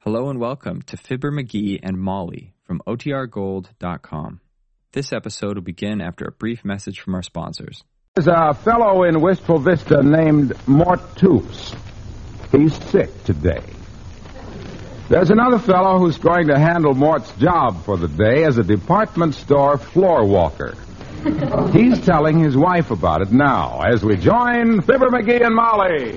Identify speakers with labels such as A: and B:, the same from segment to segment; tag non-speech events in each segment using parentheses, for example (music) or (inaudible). A: Hello and welcome to Fibber McGee and Molly from OTRGold.com. This episode will begin after a brief message from our sponsors.
B: There's a fellow in Wistful Vista named Mort Toops. He's sick today. There's another fellow who's going to handle Mort's job for the day as a department store floor walker. He's telling his wife about it now as we join Fibber McGee and Molly.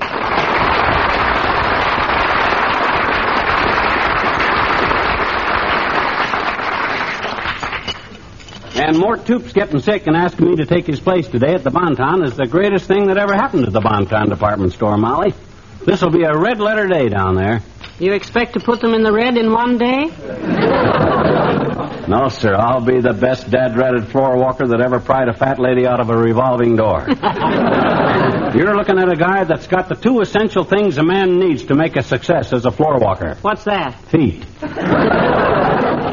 C: And Mort Toop's getting sick and asking me to take his place today at the Bonton is the greatest thing that ever happened to the Bonton department store, Molly. This will be a red letter day down there.
D: You expect to put them in the red in one day?
C: No, sir, I'll be the best dad ratted floor walker that ever pried a fat lady out of a revolving (laughs) door. You're looking at a guy that's got the two essential things a man needs to make a success as a floor walker
D: What's that?
C: feet.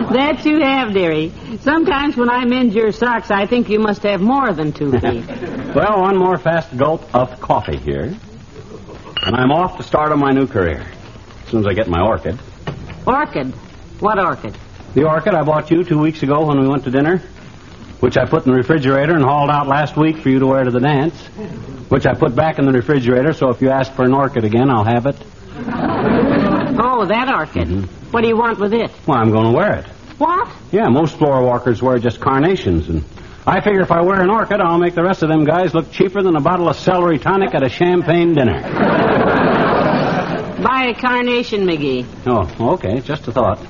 D: That you have, dearie. Sometimes when I mend your socks, I think you must have more than (laughs) two feet.
C: (laughs) Well, one more fast gulp of coffee here. And I'm off to start on my new career. As soon as I get my orchid.
D: orchid. What orchid?
C: The orchid I bought you two weeks ago when we went to dinner, which I put in the refrigerator and hauled out last week for you to wear to the dance, which I put back in the refrigerator, so if you ask for an orchid again, I'll have it.
D: Oh, that orchid. What do you want with it?
C: Well, I'm going to wear it.
D: What?
C: Yeah, most floor walkers wear just carnations, and I figure if I wear an orchid, I'll make the rest of them guys look cheaper than a bottle of celery tonic at a champagne dinner.
D: Buy a carnation, McGee.
C: Oh, okay, just a thought.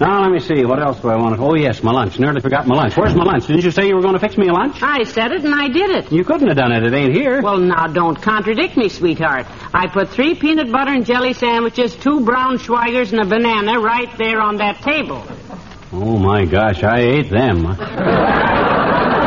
C: Now, let me see. What else do I want? Oh, yes, my lunch. Nearly forgot my lunch. Where's my lunch? Didn't you say you were going to fix me a lunch?
D: I said it and I did it.
C: You couldn't have done it. It ain't here.
D: Well, now don't contradict me, sweetheart. I put three peanut butter and jelly sandwiches, two brown Schweigers, and a banana right there on that table.
C: Oh my gosh, I ate them. I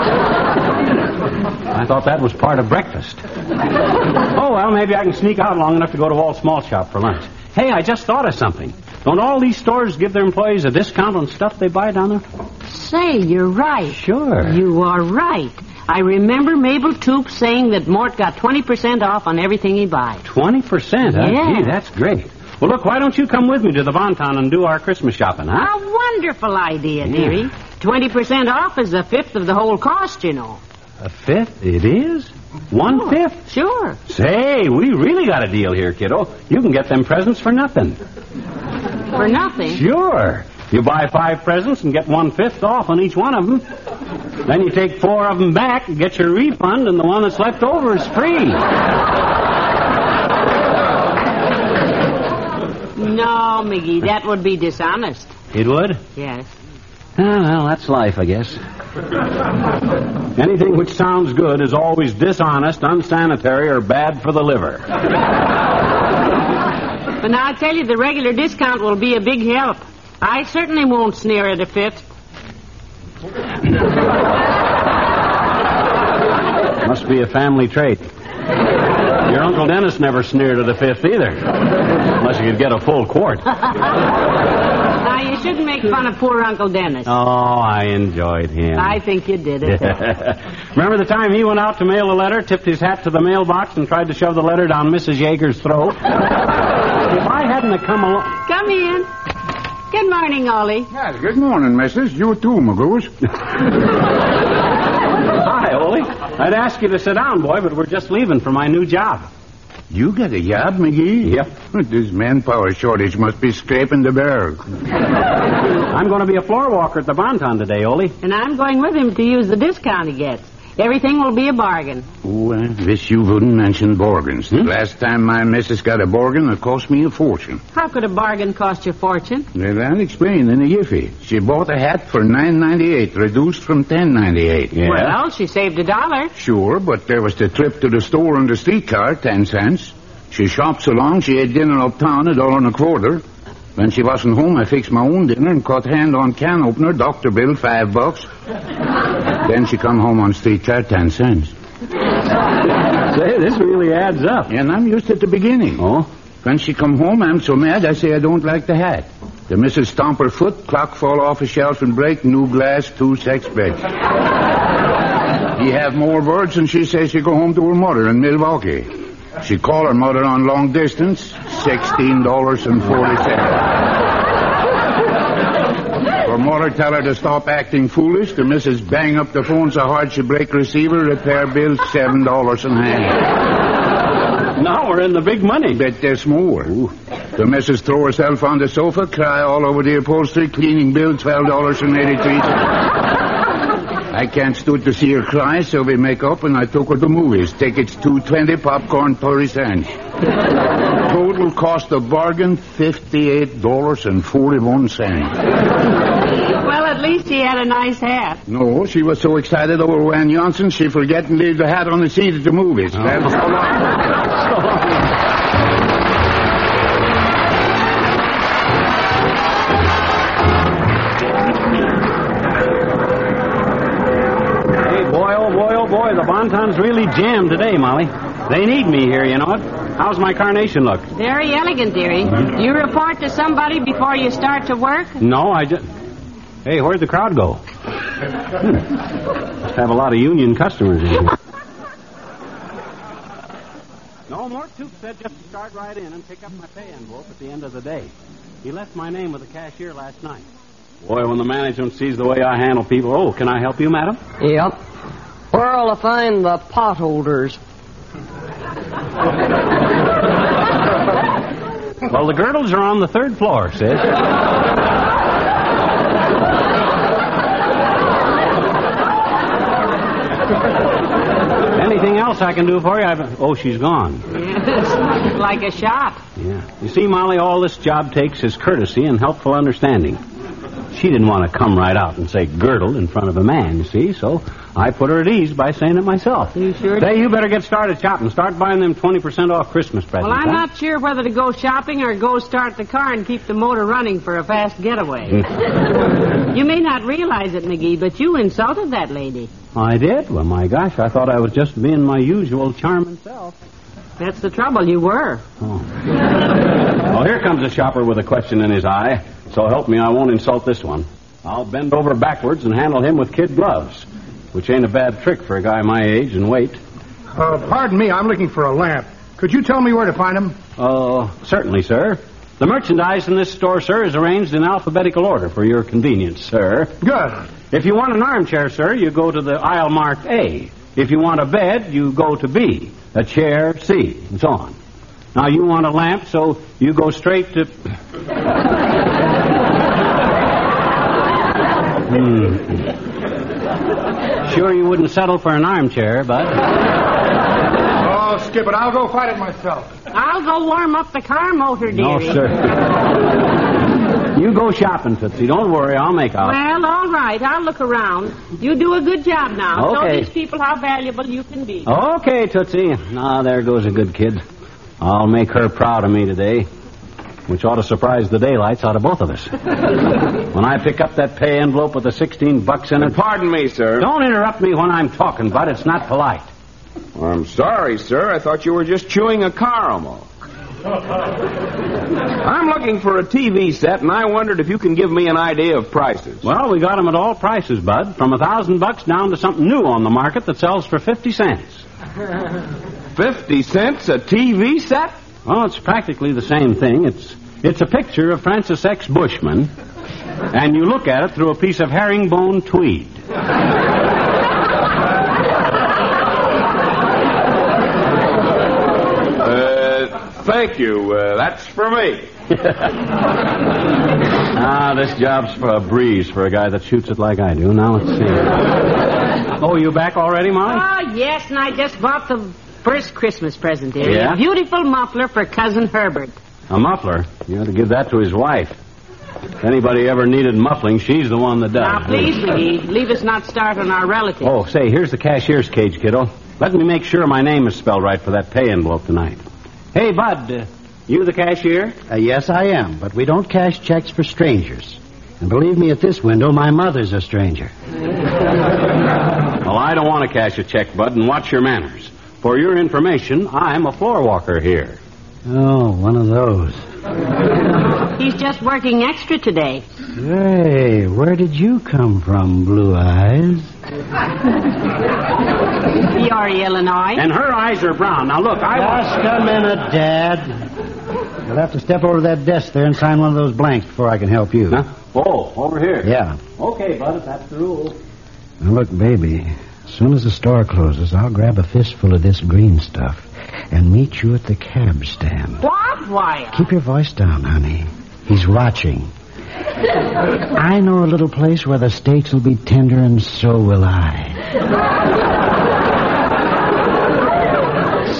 C: thought that was part of breakfast. Oh well, maybe I can sneak out long enough to go to Walt's Small Shop for lunch. Hey, I just thought of something. Don't all these stores give their employees a discount on stuff they buy down there?
D: Say, you're right.
C: Sure.
D: You are right. I remember Mabel Toop saying that Mort got 20% off on everything he buys.
C: Twenty percent, huh?
D: Yeah.
C: Gee, that's great. Well, look, why don't you come with me to the Bonton and do our Christmas shopping, huh?
D: A wonderful idea, dearie. 20% off is a fifth of the whole cost, you know. Oh,
C: A fifth? It is? One fifth?
D: Sure.
C: Say, we really got a deal here, kiddo. You can get them presents for nothing.
D: For nothing.
C: Sure. You buy five presents and get one fifth off on each one of them. Then you take four of them back and get your refund, and the one that's left over is free.
D: No, Miggy, that would be dishonest.
C: It would?
D: Yes.
C: Oh, well, that's life, I guess. Anything which sounds good is always dishonest, unsanitary, or bad for the liver.
D: But now I tell you, the regular discount will be a big help. I certainly won't sneer at a fifth.
C: Must be a family trait. Your Uncle Dennis never sneered at a fifth either. Unless you could get a full (laughs) quart.
D: Now, you shouldn't make fun of poor Uncle Dennis.
C: Oh, I enjoyed him.
D: I think you did it.
C: (laughs) Remember the time he went out to mail a letter, tipped his hat to the mailbox, and tried to shove the letter down Mrs. Yeager's (laughs) throat? if I hadn't have come along.
D: Come in. Good morning, Ollie.
B: Yes, good morning, missus. You too, Magoose.
C: Hi, Ollie. I'd ask you to sit down, boy, but we're just leaving for my new job.
B: (laughs) You got a job, McGee?
C: Yep.
B: This manpower shortage must be scraping the barrel.
C: I'm going to be a floor walker at the Bonton today, Ollie.
D: And I'm going with him to use the discount he gets. Everything will be a bargain.
B: Oh, I wish you wouldn't mention bargains. The last time my missus got a bargain, it cost me a fortune.
D: How could a bargain cost you a fortune?
B: Well, I'll explain in a jiffy. She bought a hat for nine ninety eight, reduced from ten ninety eight.
C: Yeah.
D: Well, she saved a dollar.
B: Sure, but there was the trip to the store on the streetcar, ten cents. She shopped so long she had dinner uptown at all and a quarter. When she wasn't home, I fixed my own dinner and caught hand on can opener, doctor bill, five bucks. (laughs) then she come home on streetcar, ten cents.
C: Say, this really adds up.
B: And I'm used at the beginning.
C: Oh?
B: When she come home, I'm so mad, I say I don't like the hat. The missus stomp her foot, clock fall off a shelf and break, new glass, two sex beds. he have more words, and she says she go home to her mother in Milwaukee. She call her mother on long distance, $16.40.
E: her, tell her to stop acting foolish. The missus bang up the phone so hard she break receiver, repair bill seven dollars in hand.
C: Now we're in the big money.
E: Bet there's more. The missus throw herself on the sofa, cry all over the upholstery, cleaning bill twelve dollars and eighty three. I can't stood to see her cry, so we make up and I took her to movies. Tickets two twenty, popcorn thirty cents. Total cost of bargain fifty eight dollars and forty one cents.
D: Well, at least he had a nice hat.
E: No, she was so excited over Van Johnson, she forget and leave the hat on the seat at the movies. That's all right.
C: Hey, boy, oh boy, oh boy, the bon ton's really jammed today, Molly. They need me here, you know it. How's my carnation look?
D: Very elegant, dearie. You report to somebody before you start to work? (laughs)
C: (laughs) No, I just. Hey, where'd the crowd go? Hmm. Must have a lot of union customers in here. No, Mort Toop said just to start right in and pick up my pay envelope at the end of the day. He left my name with the cashier last night. Boy, when the management sees the way I handle people, oh, can I help you, madam?
F: Yep. Where'll I find the potholders?
C: Well, the girdles are on the third floor, Sid. Anything else I can do for you? I've... Oh, she's gone.
D: Yes. like a shot.
C: Yeah. You see, Molly, all this job takes is courtesy and helpful understanding. She didn't want to come right out and say girdle in front of a man, you see, so I put her at ease by saying it myself.
D: You sure
C: Say, you better get started shopping. Start buying them 20% off Christmas presents.
D: Well, I'm
C: huh?
D: not sure whether to go shopping or go start the car and keep the motor running for a fast getaway.
C: (laughs)
D: you may not realize it, McGee, but you insulted that lady.
C: I did? Well, my gosh, I thought I was just being my usual charming self.
D: That's the trouble. You were.
C: Oh. well, here comes a shopper with a question in his eye. So help me, I won't insult this one. I'll bend over backwards and handle him with kid gloves, which ain't a bad trick for a guy my age and weight.
G: Uh, pardon me, I'm looking for a lamp. Could you tell me where to find them?
C: Oh, certainly, sir. The merchandise in this store, sir, is arranged in alphabetical order for your convenience, sir.
G: Good.
C: If you want an armchair, sir, you go to the aisle marked A. If you want a bed, you go to B. A chair, C, and so on. Now, you want a lamp, so you go straight to. Hmm. Sure, you wouldn't settle for an armchair, but.
G: Oh, skip it. I'll go find it myself.
D: I'll go warm up the car motor, dearie.
C: No, sir. You go shopping, Tootsie. Don't worry, I'll make out.
D: Well, all right. I'll look around. You do a good job now. Show
C: Okay.
D: these people how valuable you can be.
C: Okay, Tootsie. Now, there goes a good kid. I'll make her proud of me today, which ought to surprise the daylights out of both of us. when I pick up that pay envelope with the 16 bucks in it.
E: Pardon me, sir.
C: Don't interrupt me when I'm talking, bud. It's not polite.
E: I'm sorry, sir. I thought you were just chewing a caramel. I'm looking for a TV set, and I wondered if you can give me an idea of prices.
C: Well, we got 'em at all prices, bud. From a thousand bucks down to something new on the market that sells for 50 cents.
E: Fifty cents a TV set?
C: Well, it's practically the same thing. It's it's a picture of Francis X. Bushman, and you look at it through a piece of herringbone tweed.
E: Uh, thank you. Uh, that's for me.
C: Ah, this job's for a breeze for a guy that shoots it like I do. Now let's see. Oh, you back already, Molly?
D: Oh, yes, and I just bought the first Christmas present, dearie.
C: Yeah? Uh,
D: A beautiful muffler for Cousin Herbert.
C: A muffler. You ought to give that to his wife. If anybody ever needed muffling, she's the one that does.
D: Now, please, McGee, leave us not start on our relatives.
C: Oh, say, here's the cashier's cage, kiddo. Let me make sure my name is spelled right for that pay envelope tonight. Hey, Bud, uh, you the cashier?
H: Uh, yes, I am, but we don't cash checks for strangers. And believe me, at this window, my mother's a stranger.
C: Well, I don't want to cash a check, Bud, and watch your manners. For your information, I'm a floor walker here.
H: Oh, one of those.
D: He's just working extra today.
H: Hey, where did you come from, Blue Eyes?
D: Peoria, Illinois.
C: And her eyes are brown. Now, look, I want...
H: Just a minute, Dad. You'll have to step over to that desk there and sign one of those blanks before I can help you.
C: Huh? Oh, over here.
H: Yeah.
C: Okay, bud, if that's the rule.
H: Now, look, baby, as soon as the store closes, I'll grab a fistful of this green stuff and meet you at the cab stand.
D: What? Why?
H: Keep your voice down, honey. He's watching. I know a little place where the steaks will be tender, and so will I.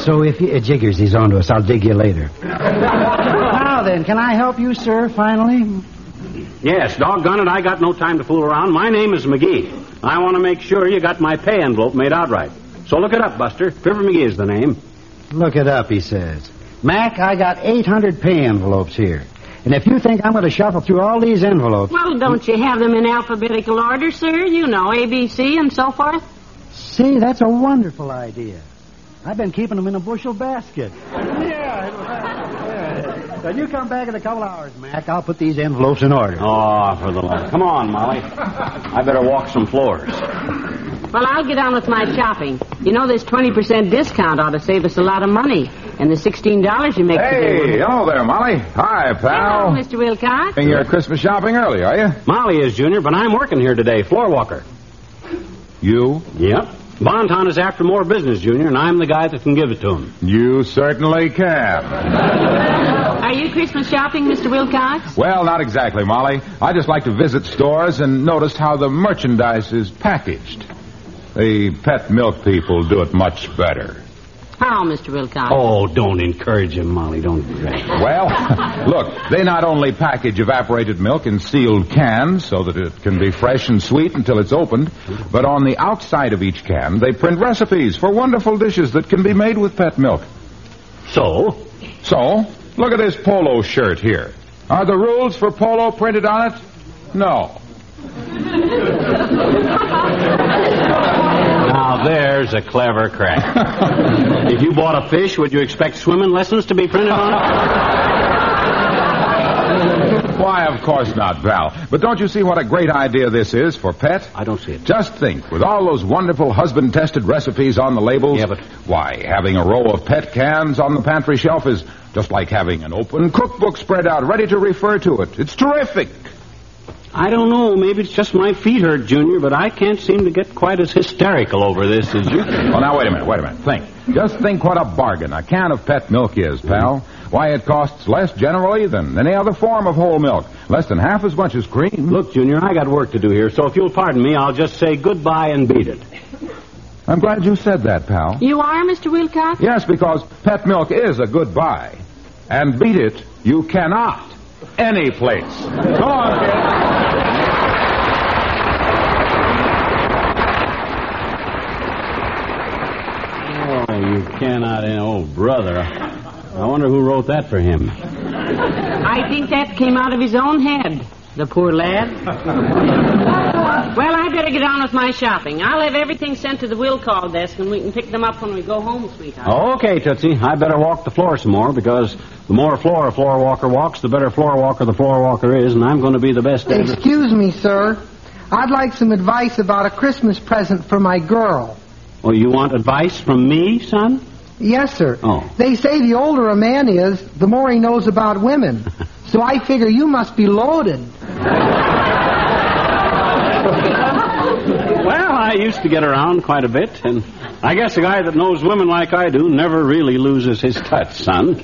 H: so if he uh, jiggers, he's onto us. I'll dig you later. now then, can I help you, sir? Finally,
C: Yes, doggone it, I got no time to fool around. My name is McGee. I want to make sure you got my pay envelope made out right. So look it up, Buster. Fibber McGee is the name.
H: Look it up, he says. Mac, I got 800 pay envelopes here. And if you think I'm going to shuffle through all these envelopes,
D: Well, don't you have them in alphabetical order, sir? You know, A, B, C, and so forth.
H: see, that's a wonderful idea. I've been keeping them in a bushel basket. yeah. Now you come back in a couple hours, Mac. I'll put these envelopes in order.
C: Oh, for the love. Come on, Molly. I better walk some floors.
D: Well, I'll get on with my shopping. You know, this 20% discount ought to save us a lot of money. And the $16 you make
B: Hey,
D: today.
B: hello there, Molly. Hi,
D: Hello,
B: pal.
D: Mr. Wilcox.
B: Doing your Christmas shopping early, are you?
C: Molly is Junior, but I'm working here today, floor walker.
B: You?
C: Yep. Bonton is after more business, Junior, and I'm the guy that can give it to him.
B: You certainly can.
D: Are you Christmas shopping, Mr. Wilcox?
B: Well, not exactly, Molly. I just like to visit stores and notice how the merchandise is packaged. The pet milk people do it much better.
D: How, Mr. Wilcox?
C: Oh, don't encourage him, Molly. Don't do that.
B: Well, (laughs) look, they not only package evaporated milk in sealed cans so that it can be fresh and sweet until it's opened, but on the outside of each can, they print recipes for wonderful dishes that can be made with pet milk.
C: So?
B: So, look at this polo shirt here. Are the rules for polo printed on it? No.
C: Now, there's a clever crack. if you bought a fish, would you expect swimming lessons to be printed on it?
B: Why, of course not, Val. But don't you see what a great idea this is for pet?
C: I don't see it.
B: Just think, with all those wonderful husband tested recipes on the labels.
C: Yeah, but-
B: Why, having a row of pet cans on the pantry shelf is just like having an open cookbook spread out, ready to refer to it. It's terrific.
C: I don't know. Maybe it's just my feet hurt, Junior, but I can't seem to get quite as hysterical over this as you.
B: Well, Oh, now, wait a minute, wait a minute. Think. Just think what a bargain a can of pet milk is, pal. Why, it costs less generally than any other form of whole milk, less than half as much as cream.
C: Look, Junior, I got work to do here, so if you'll pardon me, I'll just say goodbye and beat it.
B: I'm glad you said that, pal.
D: You are, Mr. Wilcox?
B: Yes, because pet milk is a good buy. And beat it, you cannot. Any place. Go on, kid.
C: Oh, you cannot. Oh, brother. I wonder who wrote that for him.
D: I think that came out of his own head, the poor lad. well, I better get on with my shopping. I'll have everything sent to the will call desk, and we can pick them up when we go home, sweetheart.
C: Okay, Tootsie, I better walk the floor some more because the more floor a floor walker walks, the better floor walker the floor walker is, and I'm going to be the best ever.
I: Excuse me, sir. I'd like some advice about a Christmas present for my girl.
C: Well, you want advice from me, son?
I: Yes, sir.
C: Oh.
I: They say the older a man is, the more he knows about
C: (laughs)
I: women. so I figure you must be loaded.
C: Well, I used to get around quite a bit, and I guess a guy that knows women like I do never really loses his touch, son.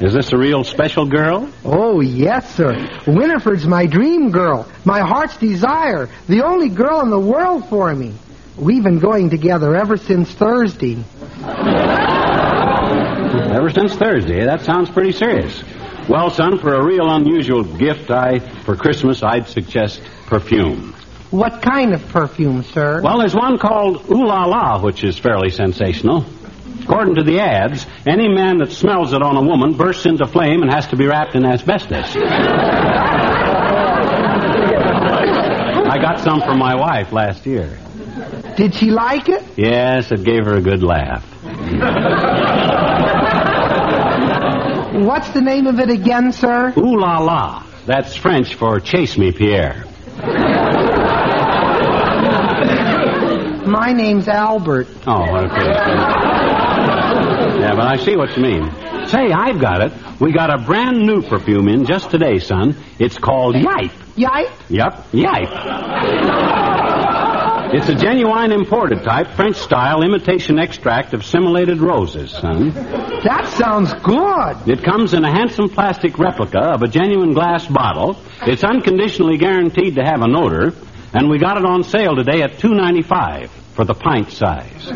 C: Is this a real special girl?
I: Oh, yes, sir. Winifred's my dream girl, my heart's desire, the only girl in the world for me. We've been going together ever since Thursday.
C: Ever since Thursday. That sounds pretty serious. Well, son, for a real unusual gift, I for Christmas, I'd suggest perfume.
I: What kind of perfume, sir?
C: Well, there's one called Ooh La La, which is fairly sensational. According to the ads, any man that smells it on a woman bursts into flame and has to be wrapped in asbestos. I got some for my wife last year.
I: Did she like it?
C: Yes, it gave her a good laugh.
I: What's the name of it again, sir?
C: Ooh la la. That's French for chase me, Pierre.
I: My name's Albert.
C: Oh, what a pity. yeah, but I see what you mean. Say, I've got it. We got a brand new perfume in just today, son. It's called Yipe.
I: Yipe?
C: Yep, Yipe. It's a genuine imported type, French style imitation extract of simulated roses, son.
I: That sounds good.
C: It comes in a handsome plastic replica of a genuine glass bottle. It's unconditionally guaranteed to have an odor, and we got it on sale today at two ninety five for the pint size.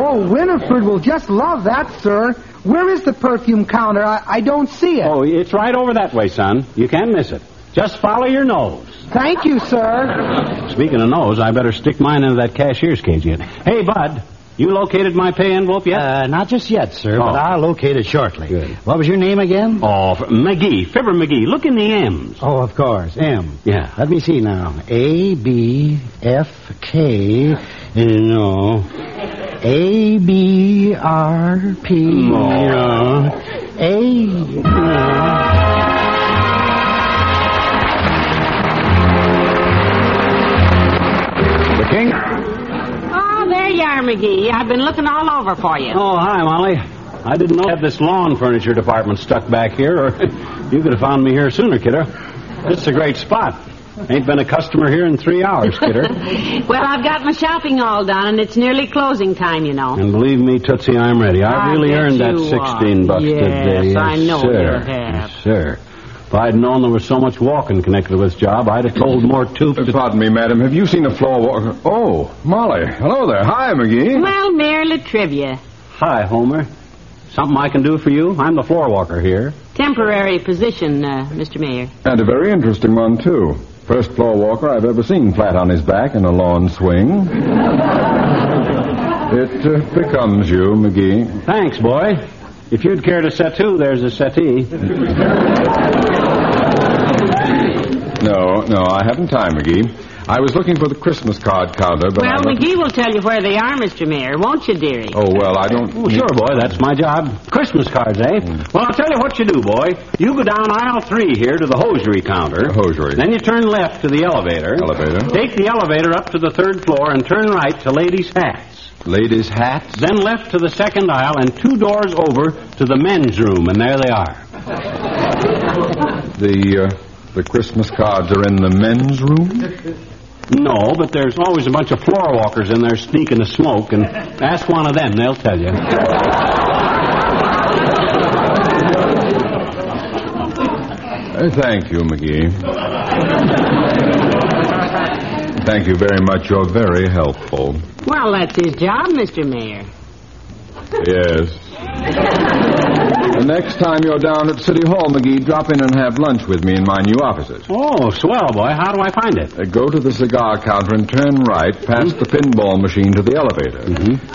I: Oh, Winifred will just love that, sir. Where is the perfume counter? I, I don't see it.
C: Oh, it's right over that way, son. You can't miss it. Just follow your nose.
I: Thank you, sir.
C: Speaking of nose, I better stick mine into that cashier's cage yet. Hey, Bud, you located my pay envelope yet?
H: Uh, not just yet, sir,
C: Oh.
H: but I'll locate it shortly.
C: Good.
H: What was your name again?
C: Oh, F- McGee, Fibber McGee. Look in the M's.
H: Oh, of course, M.
C: Yeah.
H: Let me see now. A B F K. uh, No. A B R P.
C: Oh.
H: No. A. No.
J: The king?
D: Oh, there you are, McGee. I've been looking all over for you.
C: Oh, hi, Molly. I didn't know you had this lawn furniture department stuck back here, or (laughs) you could have found me here sooner, kiddo. This is a great spot. Ain't been a customer here in three
D: (laughs)
C: hours, kiddo.
D: Well, I've got my shopping all done, and it's nearly closing time, you know.
C: And believe me, Tootsie, I'm ready. I
D: I
C: really
D: bet
C: earned that
D: you are.
C: sixteen bucks
D: Yes,
C: today. Yes,
D: I know you
C: sir.
D: have.
C: Yes, sir. If I'd known there was so much walking connected with this job, I'd have told more tooth to
J: Pardon me, madam. Have you seen a floor? Oh, Molly. Hello there. Hi, McGee.
D: Well, merely trivia.
C: Hi, Homer. Something I can do for you? I'm the floor walker here.
D: Temporary position, uh, Mr. Mayor.
J: And a very interesting one, too. First floor walker I've ever seen flat on his back in a lawn swing. it uh, becomes you, McGee.
C: Thanks, boy. If you'd care to settle, there's a settee.
J: No, no, I haven't time, McGee. I was looking for the Christmas card counter, but
D: Well,
J: I
D: McGee will tell you where they are, Mr. Mayor, won't you, dearie?
J: Oh well, I don't.
C: Oh, sure, boy. That's my job. Christmas cards, eh?
J: Hmm.
C: Well, I'll tell you what you do, boy. You go down aisle three here to the hosiery counter.
J: The hosiery.
C: Then you turn left to the elevator.
J: Elevator.
C: Take the elevator up to the third floor and turn right to ladies' hats.
J: Ladies' hats.
C: Then left to the second aisle and two doors over to the men's room, and there they are.
J: The uh, the Christmas cards are in the men's room.
C: No, but there's always a bunch of floor walkers in there sneaking the smoke, and ask one of them, they'll tell you.
J: Uh, thank you, McGee. thank you very much. You're very helpful.
D: Well, that's his job, Mr. Mayor.
J: Yes. the next time you're down at City Hall, McGee, drop in and have lunch with me in my new offices.
C: Oh, swell, boy. How do I find it?
J: Uh, Go to the cigar counter and turn right past the pinball machine to the elevator.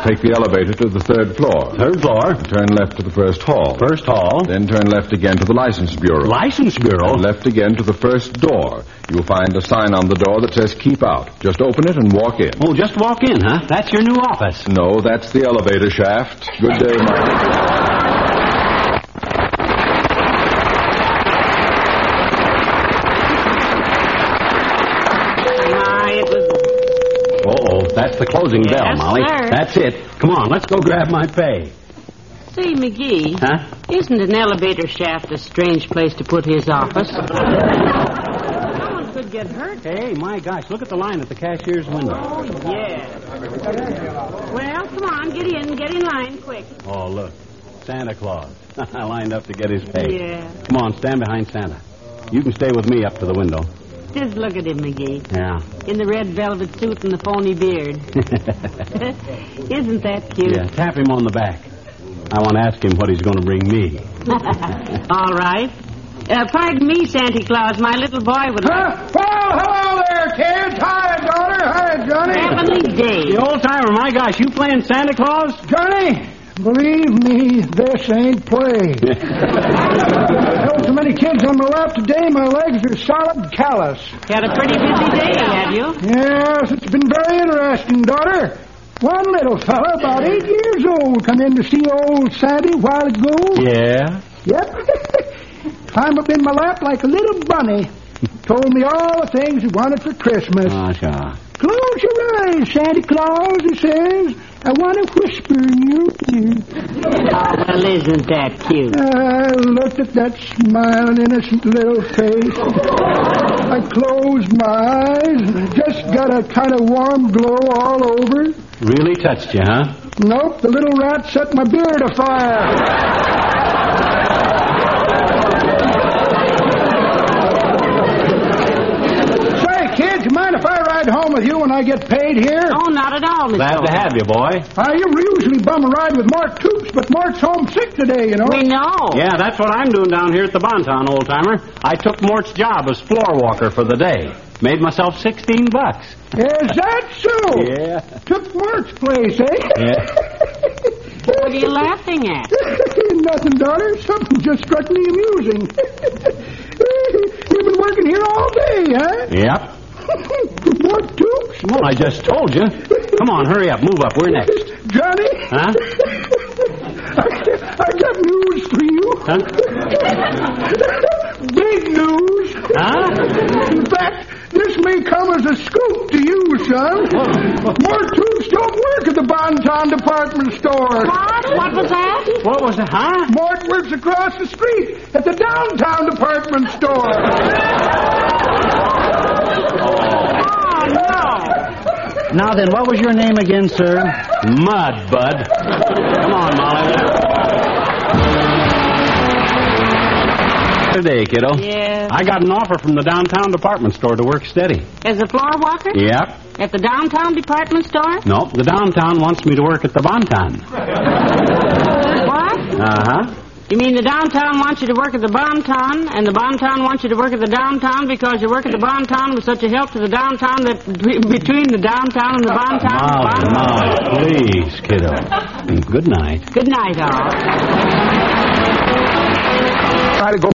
J: Take the elevator to the third floor.
C: Third floor,
J: Turn left to the first hall.
C: first hall,
J: Then turn left again to the license bureau.
C: license bureau.
J: And left again to the first door. You'll find a sign on the door that says keep out. Just open it and walk in.
C: Oh, just walk in, huh? That's your new office.
J: No, that's the elevator shaft. Good day, Mike.
D: My, it was.
C: Uh-oh, that's the closing
D: Yes,
C: bell, Molly.
D: sir.
C: That's it. Come on, let's go grab my pay.
D: Say, McGee,
C: Huh?
D: isn't an elevator shaft a strange place to put his office? (laughs) Someone could get hurt.
C: Hey, my gosh, look at the line at the cashier's window.
D: Oh, yeah. Well, come on, get in, get in line, quick.
C: Oh, look. Santa Claus. (laughs) I lined up to get his pay.
D: Yeah.
C: Come on, stand behind Santa. You can stay with me up to the window.
D: Just look at him, McGee,
C: Yeah.
D: in the red velvet suit and the phony beard. Isn't that cute?
C: Yeah, tap him on the back. I want to ask him what he's going to bring me.
D: (laughs) All right. Uh, pardon me, Santa Claus. My little boy would like
G: Huh? Well, hello there, kids. Hi, daughter. Hi, Johnny.
D: heavenly day.
C: The old timer, my gosh, you playing Santa Claus?
G: Johnny, believe me, this ain't play. Held so many kids on my lap today, my legs are solid callous.
D: Had a pretty busy day, have you?
G: Yes, it's been very interesting, daughter. One little fella, about eight years old, come in to see old Sandy a while ago.
C: Yeah.
G: Yep. (laughs) Climbed up in my lap like a little bunny. Told me all the things he wanted for Christmas.
C: Gosh, uh,
G: Close your eyes, Santa Claus, he says. I want to whisper in your ear. (laughs)
D: Oh, well, isn't that cute?
G: I looked at that smiling, innocent little face. I closed my eyes. Just got a kind of warm glow all over.
C: Really touched you, huh?
G: Nope, the little rat set my beard afire. Say, kid, you mind if I ride home with you when I get paid here?
D: Oh, not at all, Mr.
C: Glad to have you, boy.
G: I usually bum a ride with Mort Toops, but Mort's home sick today, you know.
D: We know.
C: Yeah, that's what I'm doing down here at the Bonton, old timer. I took Mort's job as floor walker for the day. Made myself 16 bucks.
G: Is that so?
C: Yeah.
G: Took Mort's place, eh?
C: Yeah.
D: What are you laughing at?
G: (laughs) Nothing, daughter. Something just struck me amusing. (laughs) You've been working here all day, huh?
C: Yep.
G: (laughs) Mort Toops?
C: Well, I just told you. Come on, hurry up, move up. We're next.
G: Johnny?
C: Huh?
G: I got news for you.
C: Huh?
G: Big news.
C: Huh?
G: In fact, this may come as a scoop to you, son. More tubes don't work at the Bonton department store.
D: What? What was that?
C: What was it? Huh?
G: Mort works across the street at the downtown department store.
D: Oh, no.
H: Now then, what was your name again, sir?
C: Mud, bud. Come on, Molly. Today, kiddo.
D: Yes.
C: I got an offer from the downtown department store to work steady.
D: As a floor walker?
C: Yep.
D: At the downtown department store?
C: No, the downtown wants me to work at the Bonton.
D: What?
C: Uh huh.
D: You mean the downtown wants you to work at the Bonton, and the Bonton wants you to work at the downtown because your work at the Bonton was such a help to the downtown that be- between the downtown and the Bonton...
C: Molly,
D: Bonton-
C: Molly, please, kiddo. Good night.
D: Good night, all.
B: Try to go